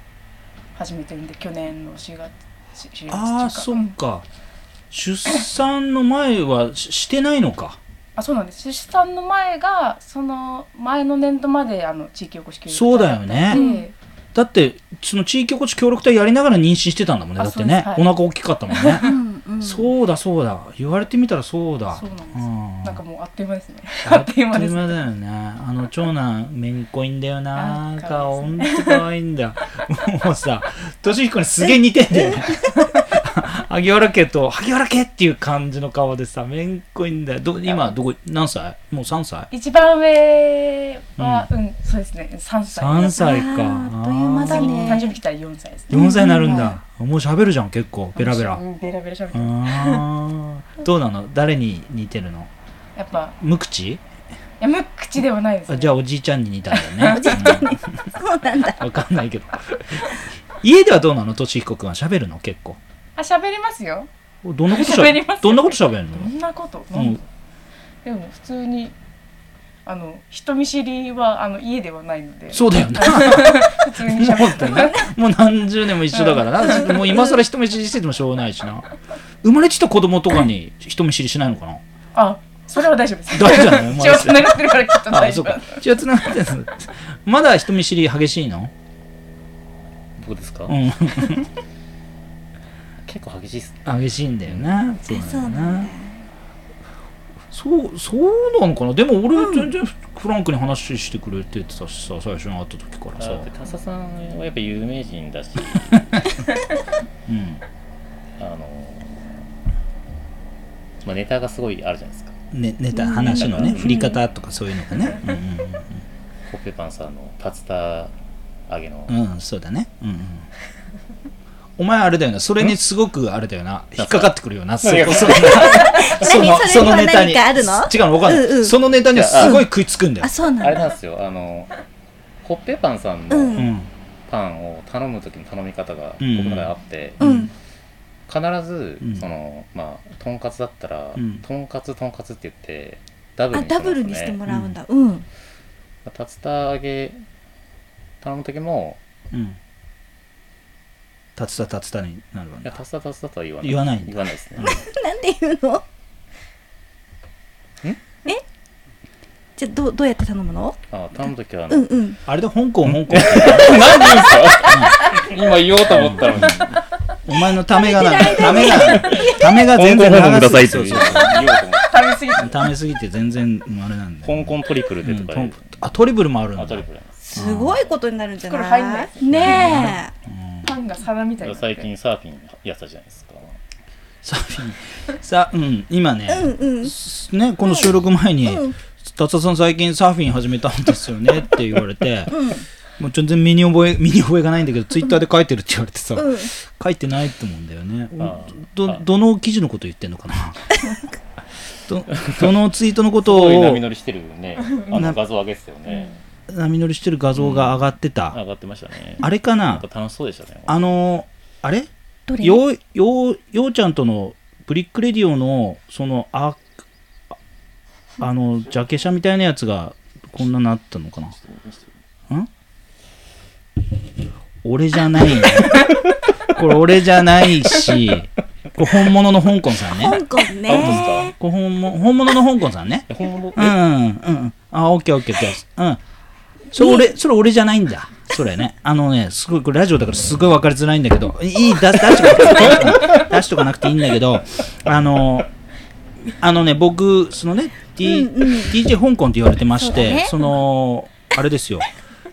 S5: 始めてるんで去年の4月し4月中
S2: ああそっか出産の前はししてないのか
S5: あそうなんです出産の前がその前の年度まであの地域おこし協力
S2: そうだよね
S5: 隊だったんで
S2: だってその地域おこし協力隊やりながら妊娠してたんだもんね
S5: あ
S2: だってね、
S5: そうで
S2: お
S5: すはい
S2: 腹大きかったもんね
S3: うんうん
S2: そうだそうだ言われてみたらそうだ
S5: そうなんです
S2: うん
S5: なんかもうあっという間ですね
S2: あ
S5: あ
S2: っ
S5: っ
S2: と
S5: と
S2: い
S5: いうう
S2: 間
S5: 間
S2: だ
S5: ですね
S2: よね。あの長男、めんこいんだよな。
S5: あ
S2: 顔、ほ
S5: 可愛い
S2: んと可愛いんだ。もうさ、俊彦にすげえ似てんだよね。萩原家と、萩原家っていう感じの顔でさ、めんこいんだよ。ど今、どこ、何歳もう3歳
S5: 一番上は、うんそうですね3歳
S2: ?3 歳か。
S3: あーあっという間だ
S5: 次に
S3: ね
S5: 誕生日来たら4歳ですね
S2: 4歳になるんだ。もう喋るじゃん、結構。ベラベラ。
S5: うんベラベラしゃべ
S2: う
S5: る
S2: ん。どうなの誰に似てるの
S5: やっぱ
S2: 無口
S5: いや無口ではないです、
S2: あ
S5: ね、
S2: じゃあおじいちゃんに似たんだよね。おじいちゃん
S3: そうなんだ
S2: わかんないけど。 *laughs* 家ではどうなの俊彦くんは喋るの結構。
S5: あ喋りますよ
S2: どんなこと
S5: 喋
S2: 喋
S5: り
S2: る
S5: ますよ
S2: どんなこと喋る
S5: ど
S2: の
S5: んなこと、
S2: うん
S5: なんだでも普通にあの人見知りはあの家ではないので
S2: そうだよな。
S5: 普通に喋ってます
S2: *laughs* もう何十年も一緒だからな。もう今更人見知りしててもしょうがないしな。生まれてきた子供とかに人見知りしないのかな
S5: あそれは大丈夫です
S2: 大丈夫なの
S5: *laughs* 血は繋がってるからきっと
S2: あ、
S5: 大丈
S2: そう
S5: 夫
S2: か。血は繋がってるんですまだ人見知り激しいの
S4: 僕ですか、
S2: うん。
S4: 結構激しいですね
S2: 激しいんだよな。そう
S3: そ
S2: だよ
S3: うなん
S2: な
S3: だ。
S2: そう、そうなのかなでも俺全然フランクに話してくれてたしさ、最初に会った時から
S4: あ
S2: さ
S4: ー。で田佐さんはやっぱ有名人だし
S2: うん。
S4: あのーまあ、ネタがすごいあるじゃないですか
S2: ね、ネタ話のね、
S4: うん
S2: 振り方とかそういうのがね、
S4: コッペパンさんの竜田揚げの
S2: うんうんうん、そうだね、うんうん、お前あれだよなそれにすごくあれだよな引っかかってくるよなそ
S4: 何が
S2: そんなその
S3: 何それ
S2: そのネタに
S3: 何かあるの
S2: 違うの分かんない、
S3: うんうん
S2: そのネタにはすごい食いつくんだよ
S3: あ、、そう
S4: あ
S3: なん
S4: れな
S3: だ。
S4: んですよあのコッペパンさん
S3: うん
S2: う
S4: の
S2: ん
S4: パンを頼む時の頼み方が
S2: うん
S4: 僕の中であって、
S3: うん。
S4: 必ず、
S2: うん
S4: そのまあとんかつだったら、
S2: うん
S4: とんかつとんかつって言ってダブル
S3: あ、
S4: にして
S3: ダ
S4: もら
S3: ブ
S4: う
S3: ルにしてもらう
S4: んですよね
S3: んだ。うん。
S4: 竜田揚げ頼む時も
S2: うんたつたたつたになるわ
S4: いや
S2: ね
S4: 竜田竜田とは言わない
S2: 言わないんだ
S4: 言わないですね
S3: なんで言うの？え？じゃあどうどうやって頼むの？
S4: あ頼む時はあの、
S3: うんうん。
S2: あれで香港香港
S4: 何言うんですか *laughs* 今言おうと思ったのに
S2: お前のためがないためがためが全然
S4: 香港香港くださいって
S2: そ
S4: 言お
S2: う
S4: う
S2: そ
S4: と
S2: う
S4: 思った
S5: 食べ過ぎて
S2: ためすぎて全然あれなんだよ
S4: 香港トリプルでとか
S2: う
S4: で、
S2: んポンあトリプルもあるんだ
S4: あトリプルなんです
S3: すごいことになるんじゃ
S5: これ入ん
S3: な
S5: ない
S3: い？ねえ。
S5: パンが皿みたいになって
S4: 最近サーフィンやったじゃないですか
S2: サーフィンさうん今ね、
S3: うんうん。
S2: すねこの収録前に
S3: うん
S2: 「達、田さん最近サーフィン始めたんですよね」って言われて、
S3: うん
S2: もう全然身に覚え身に覚えがないんだけどツイッターで書いてるって言われてさ、
S3: うん。
S2: 書いてないと思うんだよね
S4: あ
S2: ど
S4: あ
S2: どの記事のこと言ってんの
S3: *laughs*
S2: かなどどのツイートのこと
S4: こういう
S2: を
S4: 波乗りしてるよ
S5: *laughs*
S4: ねあ
S2: な
S4: の画像上げてたよね、
S2: 波乗りしてる画像が上がってた、
S4: 上がってましたね
S2: あれか
S4: な
S2: なん
S4: か楽しそうでしたね
S2: あのあれ
S3: どれ？
S2: ようようようちゃんとのブリックレディオのそのあああのジャケ写みたいなやつがこんななったのかなん俺じゃないねこれ俺じゃないしこれ本物の香港さんね
S3: 香港
S4: あ本当ですか
S3: ね。
S2: これ本物本物の香港さんね
S4: え本物
S2: うんうんうんあオッケーオッケーオッケーうんそれ俺それ俺じゃないんだそれねあのねすごいこれラジオだからすごい分かりづらいんだけどいい出し出しとかなくて出しとかなくていいんだけどあのあのね僕そのね、T
S3: うんうん
S2: DJ 香港って言われてまし
S3: そう
S2: て
S3: だ
S2: そ,、
S3: ね
S2: のあれですよ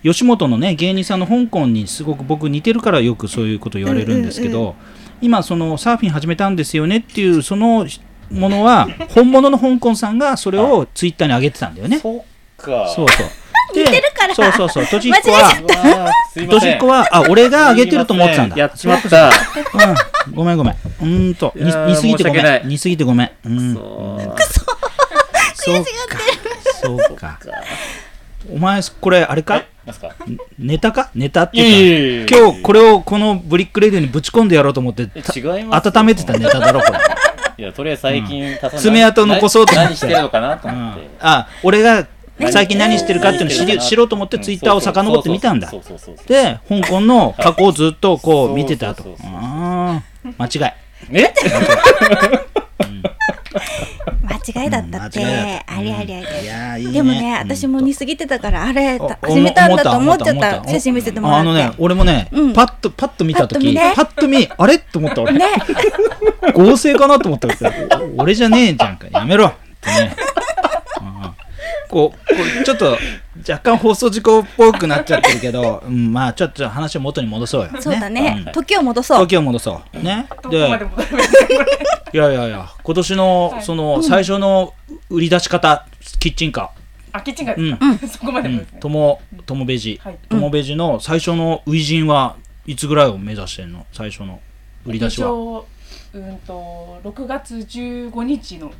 S2: 吉本のね芸人さんの香港にすごく僕似てるからよくそういうこと言われるんですけど、
S3: うんう
S2: 今そのサーフィン始めたんですよねっていうそのものは本物の香港さんがそれをツイッターに上げてたんだよね。
S4: そっか
S2: そううそう。
S3: 似てるから
S2: そうそうそう。とちひこは、
S4: わーすい
S2: と
S4: ま
S2: ち
S4: せ
S2: ひ
S4: ん
S2: こは、あ、俺が上げてると思ってたんだ。
S4: やっちまった
S2: うん。ごめんごめん。うーんと、
S4: いやー
S2: に似すぎてごめ。
S4: 申し訳なんい
S2: 似すぎてごめん。うん。
S4: そう
S2: そうか。そうか。お前、これ、あれか
S4: なんすか
S2: ネタかネタって
S4: いやいやい
S2: い
S4: や
S2: う
S4: い
S2: か、
S4: や
S2: 今日これをこのブリックレディオにぶち込んでやろうと思って、
S4: え違い
S2: た
S4: ますよ
S2: 温めてたネタだろ、これ。
S4: いやとりあえず最近多分
S2: 爪痕残そうと思って
S4: 何してるのかなと
S2: う
S4: 思って
S2: ん。あ、俺が最近何してるかっていうのを知
S4: 何してる
S2: り
S4: か
S2: 知ろうと思って、
S4: うん
S2: ツイッターを遡って見たんだ
S4: そ。うそうそうそうそう
S2: で、香港の過去をずっとこう見てた
S4: そ
S2: と
S4: うそう。そうそう
S2: ああ、間違い。
S4: え
S2: *laughs*
S3: 間違いだったって。
S2: 間違いだった
S3: ありありありあり。
S2: いやーいいね
S3: でもね、私も似すぎてたから、あれ、
S2: お
S3: 始めたんだと思っちゃっ
S2: 思った思
S3: た。
S2: った
S3: 写真見せてもら
S2: あ
S3: っ
S2: あ
S3: て。
S2: のね、俺もね、
S3: うん
S2: パッと、パッと見たとき、
S3: パッと見ね
S2: パッと見、あれって思った俺。
S3: ね、
S2: *laughs* 合成かなと思ったけど、お俺じゃねえじゃんか、やめろってね。うんこう、これちょっと、若干放送事故っぽくなっちゃってるけど、うん、まあ、ちょっと話を元に戻そうよ。
S3: *laughs* そうだね
S2: うん。
S3: 時を戻そう。
S2: 時を戻そう。ね。
S5: どこま
S2: で、
S5: でも食べてこれ
S2: いやいやいや、今年の
S5: は、い
S2: その、最初の売り出し方、キッチンカ
S5: あキッチンが
S2: うん
S5: そこま
S2: ー、
S5: で
S2: う
S5: も
S2: ん
S5: ですね、
S2: とも、ともべじ
S5: はい、
S2: ともべじの最初の初陣はいつぐらいを目指してんの最初の売り出し
S5: 一
S2: は。
S5: 応うんと6月15日の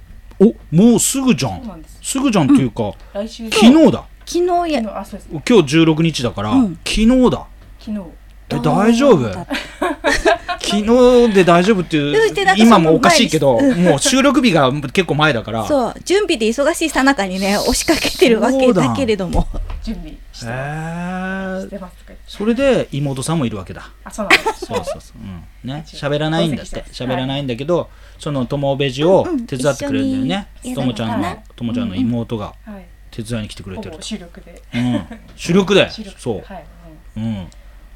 S2: おもうすぐじゃ
S5: そうなんんです
S2: すぐじゃんっていうか、
S5: 来週の
S2: 昨日だ
S3: 昨日や
S5: 昨日あそうです
S2: 今日16日だから、
S3: うん
S2: 昨日だ
S5: 昨日
S2: え大丈夫
S3: だっ
S2: 昨日で大丈夫ってい
S3: うん
S2: う
S3: してなんか
S2: 今もおかしいけど、
S3: その前
S2: もう収録日が結構前だからう
S3: そう準備で忙しいさなかにね押しかけてるわ
S2: そ
S3: け
S2: うだ
S3: だけれども
S5: 準備して
S2: へえ
S5: ま
S2: ー
S5: すしてますとか言って
S2: それで妹さんもいるわけだ
S5: あそうなんです
S2: そうそうそう、うん、ね
S5: 一応
S2: 喋らないんだって
S5: 同席して
S2: 喋らないんだけど、その友べじを
S3: うん
S2: 手伝ってくれるんだよね
S3: 一緒に
S2: ともちゃん
S3: やるの
S2: の
S3: か
S2: ともちゃんの妹が
S5: はい
S2: 手伝いに来てくれ
S5: ほ
S2: てる
S5: ぼ
S2: と、
S5: 主力で
S2: うん、主力だよ
S5: 主力で
S2: そう
S5: はい、うん
S2: うん、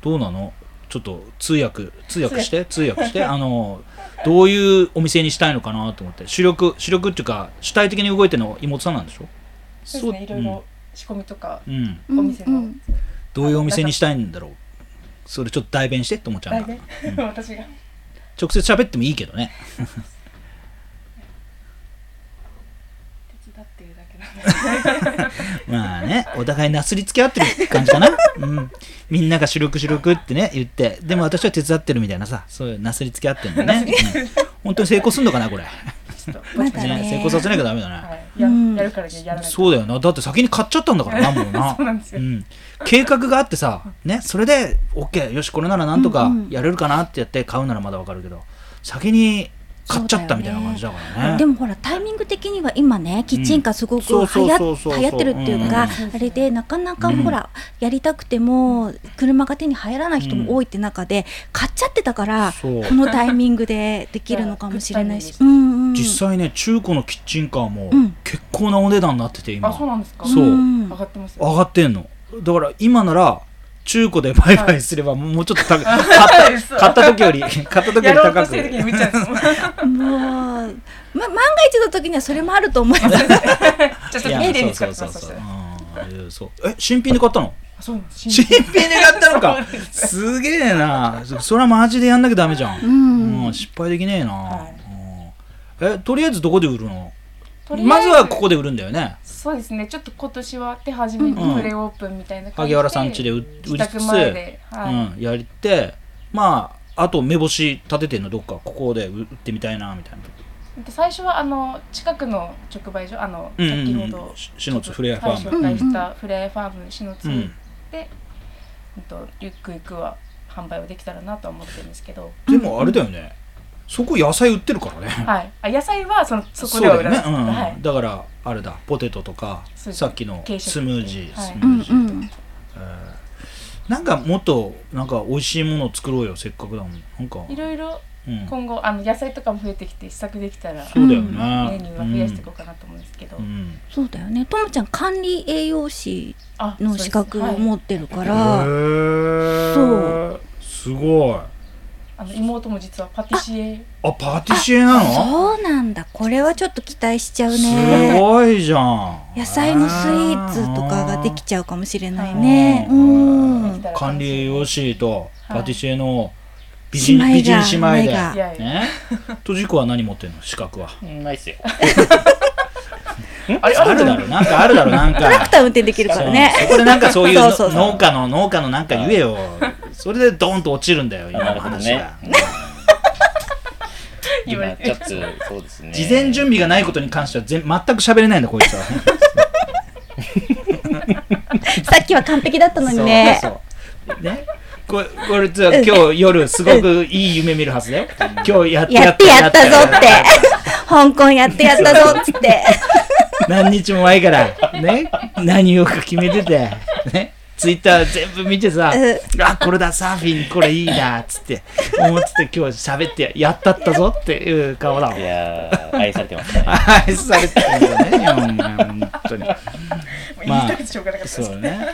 S2: どうなのちょっと通訳通訳して通訳してあのどういうお店にしたいのかなと思って主力主力っていうか主体的に動いてるのは妹さんなんでしょ
S5: そうですねいろいろ仕込みとか
S2: うん、うん
S5: お店の
S3: うん
S2: どういうお店にしたいんだろうそれちょっと代弁してともちゃん
S5: 大
S2: が
S5: 体 *laughs* 私が
S2: 直接喋ってもいいけどねまあね、お互いなすりつけ合ってる感じかな。うん。みんなが主力主力ってね、言って、でも私は手伝ってるみたいなさ、そういうなすりつけ合ってるんだね。うん本当に成功すんのかな、これ。ね、 *laughs*
S3: まだね
S2: 成功させなきゃダメだ
S5: は
S2: ね。
S5: い、や
S3: うん
S5: やるからにはやらないと
S2: そうだよな。だって先に買っちゃったんだ
S5: *laughs*
S2: からな、もうな。
S5: そうなんですよ
S2: ん。計画があって
S5: *laughs*
S2: さ、ね、それで、OK、よし、これならなんとか
S3: うんうん
S2: やれるかなってやって買うならまだわかるけど、先に買っちゃったみたいな感じだからね。
S3: でもほらタイミング的には今ねキッチンカーすごく
S2: そう
S3: は
S2: そう
S3: や
S2: そうそう
S3: 流行ってるっていう
S2: う
S3: か
S2: ん
S3: あれでなかなか
S2: うん
S3: ほらやりたくても車が手に入らない人も多いって中で買っちゃってたからこ
S2: そう
S3: のタイミングでできるのかもしれな
S2: *laughs*
S3: いし
S5: じゃあ
S3: うんうん
S2: 実際ね中古のキッチンカーも
S3: うん
S2: 結構なお値段になってて今、
S5: あそうなんですか
S2: そう
S3: うん
S5: 上がってます
S2: 上がってんのだから今なら中古で売買すればもうちょっと
S5: *laughs*
S2: 高く、買った買った時より買った時より
S5: やろうと
S2: 高
S5: してる時
S2: く
S5: に見ちゃうんです *laughs* もんじ
S3: も
S5: ゃ
S3: うま万が一の時にはそれもあると思います
S5: あちょっ
S2: い
S5: と
S2: や
S5: 家でに使
S2: そ
S5: っ
S2: う
S5: て
S2: そうそう
S5: ますそし
S2: そう
S5: たら
S2: うんそうえ新品で買ったの
S5: あそうなんです
S2: *laughs* 新
S5: 新
S2: 品で買ったのか
S5: そうです
S2: げえなそそれはマジでやんなきゃダメじゃん、
S3: うん
S2: *laughs* う失敗できねえな、
S5: はい
S2: うんえとりあえずどこで売るの
S5: とりあえず
S2: まずはここで売るんだよね
S5: そうですねちょっと今年は手始めに
S2: うん
S5: プレオープンみたいな感
S2: 萩
S5: じで
S2: 原さん家で売売
S5: 自
S2: りつ
S5: 宅
S2: つ
S5: 前で、はい
S2: うん、やりてまああと目星立ててんのどっかここで売ってみたいなみたいな
S5: で最初はあの近くの直売所あの
S2: うんうんうん
S5: 先ほど
S2: し篠津フレアファーム
S5: はい紹介したフレアファーム篠津
S2: うん
S5: で、うんとゆっくゆくは販売をできたらなとは思ってるんですけど、
S2: でもあれだよねそこ野菜売ってるからね
S5: はい、あ野菜はそのそこ
S2: そう
S5: では
S2: だ
S5: 売
S2: よ
S5: ら
S2: ね
S5: ない、、
S2: うん
S5: はい、
S2: だからあれだポテトとか
S5: そうです
S2: さっきの
S5: 軽食
S2: スムージー、
S5: はい
S2: スム
S3: うん
S2: ージ
S3: う
S2: ー、
S3: ん
S2: えーなんかもっとなんか美味しいものを作ろうよせっかくだもんなんか、
S5: いろいろ
S2: うん、
S5: 今後あの野菜とかも増えてきて試作できたら
S2: そうだよ
S5: メ
S2: ね、
S5: ニューは増やしていこうかなと思うんですけど、
S2: うんうん
S3: そうだよねともちゃん管理栄養士
S5: あ
S3: の資格
S5: そう
S3: を
S5: ですねはい
S3: 持ってるか
S2: へ
S3: ら
S2: ー
S3: そう
S2: すごい
S5: あの妹も実はパティシエ
S2: あパティシエなの
S3: そうなんだこれはちょっと期待しちゃう
S2: す
S3: ね
S2: ごいじゃん
S3: 野菜のスイーツとかができちゃうかもしれないね
S2: あー
S3: うん
S5: うん
S2: 管理栄養士と
S5: はい
S2: パティシエの美人,、
S3: 姉妹が
S2: 美人姉妹で
S3: 姉妹が
S5: いやいや
S2: ねとじこは何持ってんの資格は
S4: うんないっ
S2: *laughs*
S4: すよ
S5: あれ
S2: あるだろうなんかあるだろうなん
S3: トラ
S2: か
S3: クター運転できるからね
S2: そうそこでなんかそういうの
S3: そうそうそう
S2: 農家の農家のなんか言えよそれでドーンと落ちるんだよ今
S4: な
S2: の
S4: るほど
S2: 話
S4: ね
S2: が、
S4: うん今ちょっとそうですね
S2: 事前準備がないことに関しては全全く喋れないんだこいつは
S3: さっきは完璧だったのにね
S2: そうそうね。ここれ実は今日夜すごくいい夢見るはずね。今日やって
S3: やってやったぞって香港やってやったぞっつって
S2: 何日も前からね何をか決めててねツイッター全部見てさ「あこれだサーフィンこれいいな」っつって思ってて今日喋ってやったったぞっていう顔だもん
S4: い。やー愛されてますね
S2: 愛されてるよねお前本当に。ま
S5: 言
S2: あ
S5: いたくてしょうがなかった
S2: そ
S5: です
S2: うね。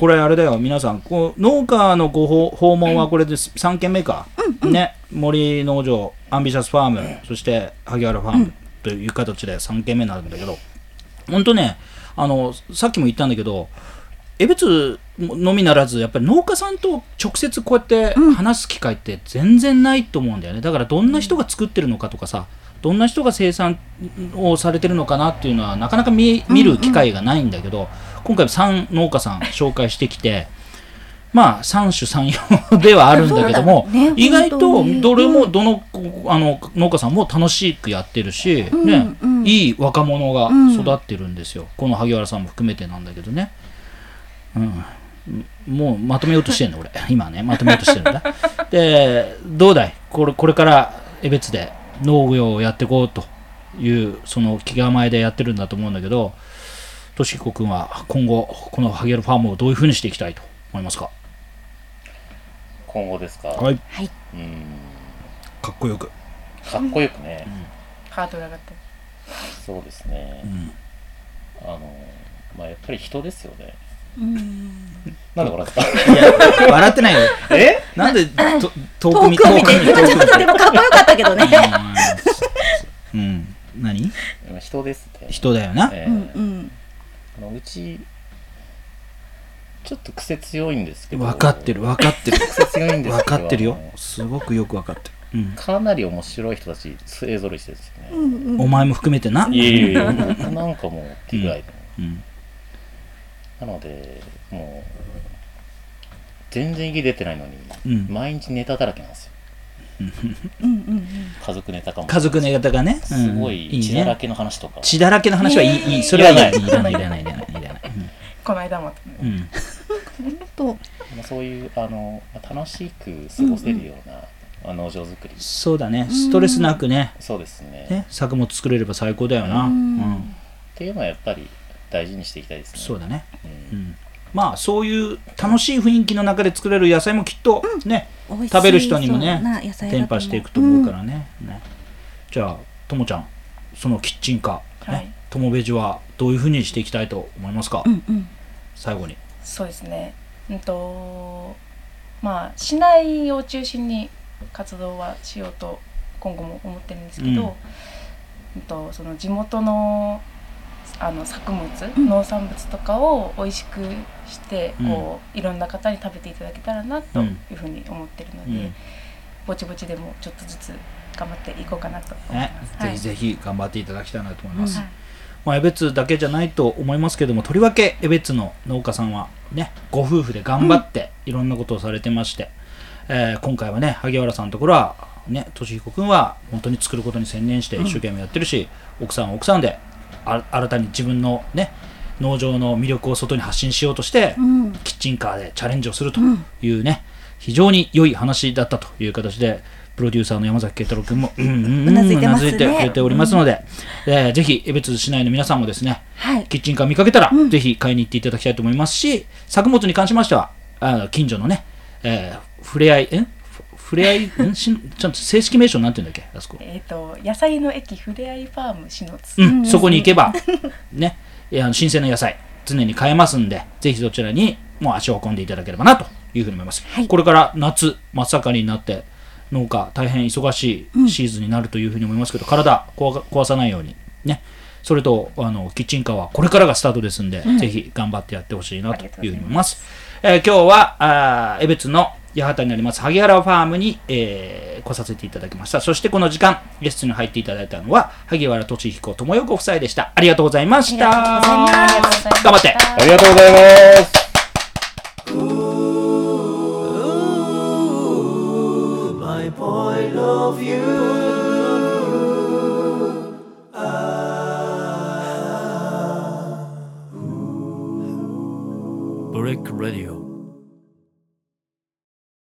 S2: これあれだよ皆さんこう農家のご訪訪問はこれです、3軒目か、ね森農場アンビシャスファーム、そして萩原ファームという形で3軒目になるんだけど本当ねあのさっきも言ったんだけど江別のみならずやっぱり農家さんと直接こうやって話す機会って全然ないと思うんだよねだからどんな人が作ってるのかとかさどんな人が生産をされてるのかなっていうのはなかなか見見る機会がないんだけど、今回3農家さん紹介してきてまあ三種三様ではあるんだけども、
S3: *laughs* そうだね
S2: 意外と
S3: 本当に
S2: どれもどの,、あの農家さんも楽しくやってるし、
S3: うん
S2: ね
S3: うん
S2: いい若者が
S3: うん
S2: 育ってるんですよ、この萩原さんも含めてなんだけどね、うん、もうまとめようとしてるの俺今ねまとめようとしてるんだでどうだいこれこれから江別で農業をやっていこうというその気構えでやってるんだと思うんだけどとしきこくんは今後このハゲルファームをどういうふうにしていきたいと思いますか
S4: 今後ですか、
S2: い
S3: はい
S4: うん
S2: かっこよく、
S4: かっこよくね、
S5: ハードル上がって
S4: そうですね、あのまあやっぱり人ですよねなんで笑った
S2: いや笑ってないよ
S4: *laughs* え
S2: *laughs* なんでと遠
S3: *laughs* 遠
S2: く
S3: くを
S2: 見遠
S3: 見
S2: く見
S3: て今ちょっとでもかっこよかったけどね
S2: うんうん何
S4: 人ですね
S2: 人だよな、
S4: え
S3: うん
S4: え
S3: うん
S4: あのうちちょっと癖強いんですけど
S2: 分かってる分かってる *laughs*
S4: 癖強いんですけど
S2: 分かってるよ
S4: あの
S2: すごくよく分かってるうん
S4: かなり面白い人たち勢ぞろいしてるんですよね、
S3: うんうん
S2: お前も含めてな。
S4: いやいやいや僕 *laughs* なんかもうってぐらいの、
S2: うん
S4: なのでもう全然家出てないのに、
S2: うん
S4: 毎日ネタだらけなんですよ
S3: うんうん
S4: 家族ネタかも
S2: 家族の方がね、うん
S4: すごい血だらけの話とか、
S2: 血だらけの話はいい、いい、それはいい、いらない、いらない、いらない、いらない。
S5: この間も
S2: うんうん
S3: うんと
S4: まあそういうあのまあ楽しく過ごせるような、あ農場作り
S2: そうだね、ストレスなくね、
S4: そうですね
S2: ね、作物作れれば最高だよな。う
S3: うんん、
S4: っていうのはやっぱり大事にしていきたいですね
S2: そうだね。
S4: うん
S2: うん、まあ、そういう楽しい雰囲気の中で作れる野菜もきっとね、
S3: 美味しい
S2: 食べる人にもね
S3: そうな野菜だと
S2: 伝
S3: 思う
S2: 播していくと思うからね。ねじゃあ、ともちゃん、そのキッチンカー、
S5: はい
S2: ね、ともべじはどういうふうにしていきたいと思いますか、
S3: うんうん
S2: 最後に。
S5: そうですねうんとまあ市内を中心に活動はしようと今後も思ってるんですけど、
S2: うん
S5: うんとその地元のあの作物、
S3: ん
S5: 農産物とかを美味しくして、
S2: うん
S5: こういろんな方に食べていただけたらなというふうに思ってるの
S2: う
S5: で、
S2: ん
S5: ぼちぼちでもちょっとずつ頑張っていこうかなと思い
S2: ね
S5: ます。、
S2: ぜひぜひ頑張っていただきたいなと思います。
S5: はい
S2: まあ、江別だけじゃないと思いますけどもとりわけ江別の農家さんはねご夫婦で頑張っていろんなことをされてまして、えー今回はね萩原さんのところはね俊彦君は本当に作ることに専念して一生懸命やってるし、奥さんは奥さんであ新たに自分のね農場の魅力を外に発信しようとして、
S3: うん
S2: キッチンカーでチャレンジをするというね、非常に良い話だったという形で、プロデューサーの山崎慶太郎君も、うんうんうん、
S3: うなずいてますね
S2: うなずいてくれておりますので、えーぜひ、江別市内の皆さんもですね、
S3: はい
S2: キッチンカー見かけたら、ぜひ買いに行っていただきたいと思いますし、作物に関しましては、あの近所のね、えーふれあい、えふふれあい、んしちゃんと正式名称なんて言うんだっけ、あそこ。
S5: えっ、と野菜の駅ふれあいファームしのつ、
S2: うん、そこに行けば、ね、いやあの新鮮な野菜、常に買えますんで、ぜひそちらにもう足を運んでいただければなというふうに思います。
S3: はい
S2: これから夏、真っ盛りになって、農家、大変忙しいシーズンになるというふうに思いますけど、体壊が壊さないように、ね、それとあのキッチンカーはこれからがスタートですんで、ぜひ頑張ってやってほしいなというふうに思います。えー今日はあー江別の八幡になります萩原ファームに、えー来させていただきましたそしてこの時間ゲストに入っていただいたのは萩原俊彦智代ご夫妻でしたありがとうございました
S5: ありがとうございます
S2: 頑張って
S4: ありがとうございます
S1: ブレック・ラディオ